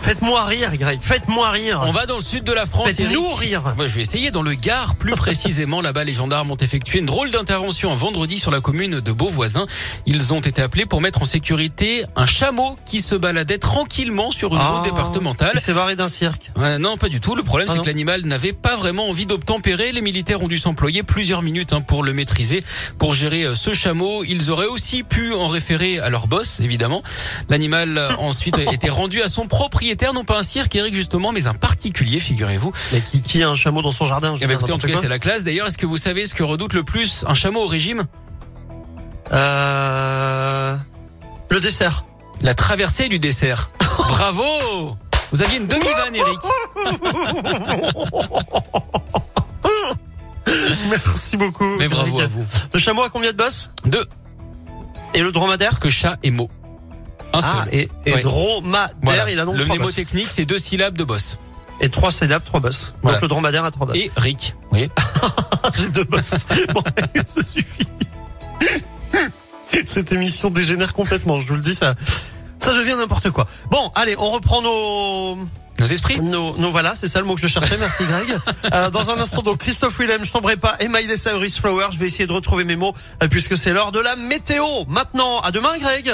Faites-moi rire, Greg. Faites-moi rire. On va dans le sud de la France. Faites-nous Eric. rire. Moi, je vais essayer dans le Gard, plus précisément. Là-bas, les gendarmes ont effectué une drôle d'intervention un vendredi sur la commune de Beauvoisin. Ils ont été appelés pour mettre en sécurité un chameau qui se baladait tranquillement sur une route Ah, départementale. Il s'est barré d'un cirque. Euh, non, pas du tout. Le problème, Ah c'est non. que l'animal n'avait pas vraiment envie d'obtempérer. Les militaires ont dû s'employer plusieurs minutes hein, pour le maîtriser, pour gérer euh, ce chameau. Ils auraient aussi pu en référer à leur boss, évidemment. L'animal euh, ensuite a été rendu à son propriétaire, non pas un cirque, Eric, justement, mais un particulier, figurez-vous. Mais qui, qui a un chameau dans son jardin je Eh veux dire, ben, écoutez, en tout Ah, cas, n'importe c'est la classe. D'ailleurs, est-ce que vous savez ce que redoute le plus un chameau au régime quoi. Euh, Le dessert. La traversée du dessert. Bravo Vous aviez une demi-vanne, Eric. Merci beaucoup. Mais bravo Greg. à vous. Le chameau a combien de bosses Deux, Et le dromadaire parce que chat et mot. Un Ah, seul. et, et Ouais. dromadaire, Voilà. il a donc le trois bosses. mnémotechnique, c'est deux syllabes de boss. Et trois syllabes, trois bosses. Voilà. Donc le dromadaire a trois bosses. Et Rick. Vous voyez J'ai deux bosses. bon, ça suffit. Cette émission dégénère complètement, je vous le dis, ça, ça devient n'importe quoi. Bon, allez, on reprend nos... Nos esprits Nos, nos voilà, c'est ça le mot que je cherchais. Merci Greg. Euh, dans un instant, donc Christophe Willem, je tomberai pas, et Maïlessa Flower. Je vais essayer de retrouver mes mots euh, puisque c'est l'heure de la météo. Maintenant, à demain Greg.